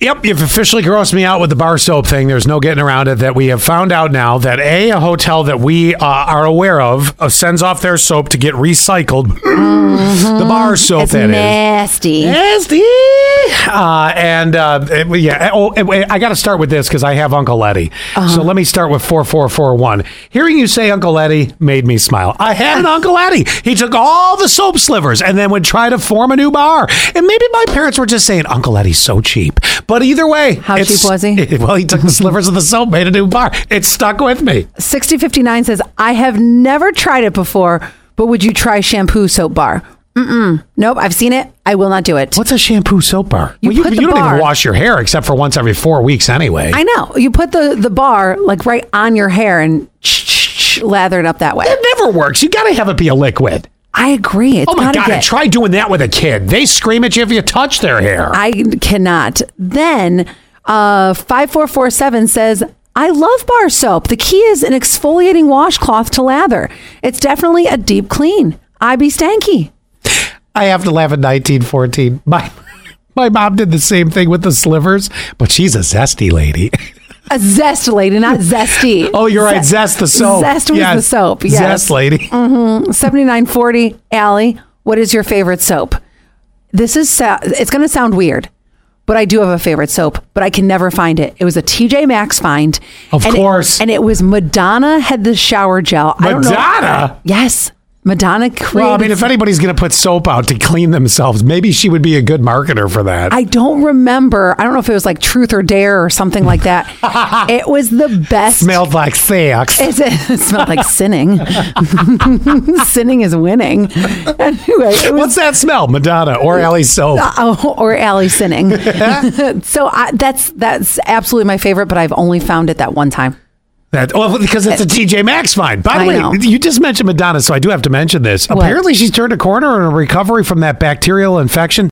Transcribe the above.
Yep, you've officially grossed me out with the bar soap thing. There's no getting around it that we have found out now that A, a hotel that we uh, are aware of uh, sends off their soap to get recycled. The bar soap, It's that Oh, is. nasty. Nasty. Uh, and uh, it- yeah, oh, and wait, I got to start with this because I have Uncle Eddie. Uh-huh. So let me start with four four four one. Hearing you say Uncle Eddie made me smile. I had an Uncle Eddie. He took all the soap slivers and then would try to form a new bar. And maybe my parents were just saying Uncle Eddie's so cheap. But either way, How it's- cheap was he? Well, he took the slivers of the soap, made a new bar. It stuck with me. 6059 says, I have never tried it before, but would you try shampoo soap bar? Mm-mm. Nope, I've seen it. I will not do it. What's a shampoo soap bar? You well, put you, the you don't bar- even wash your hair except for once every four weeks anyway. I know. You put the, the bar like right on your hair and sh- sh- sh- lather it up that way. it never works. You got to have it be a liquid. I agree. It's Oh my gotta god! Get, and Try doing that with a kid. They scream at you if you touch their hair. I cannot. Then uh, 5447 says, I love bar soap. The key is an exfoliating washcloth to lather. It's definitely a deep clean. I be stanky. I have to laugh at 1914. My my mom did the same thing with the slivers, but she's a zesty lady. A zest lady, not zesty. Oh, you're right. Ze- Zest the soap. Zest was Yes. Mm, the soap. Yes. Zest lady. 7940 Allie, what is your favorite soap? This is so- it's going to sound weird, but I do have a favorite soap, but I can never find it. It was a TJ Maxx find. Of and it- course. and it was Madonna had the shower gel. I don't know- Madonna. yes. Madonna created Well, I mean, if anybody's going to put soap out to clean themselves, maybe she would be a good marketer for that. I don't remember. I don't know if it was like Truth or Dare or something like that. it was the best. Smelled like sex. It's, it smelled like sinning. sinning is winning. Anyway, it was What's that smell? Madonna or Ellie soap? Oh, or Allie sinning. so I, that's that's absolutely my favorite, but I've only found it that one time. That, well, because it's a TJ Maxx find. By the I way, know. you just mentioned Madonna, so I do have to mention this. Apparently, she's turned a corner in her recovery from that bacterial infection.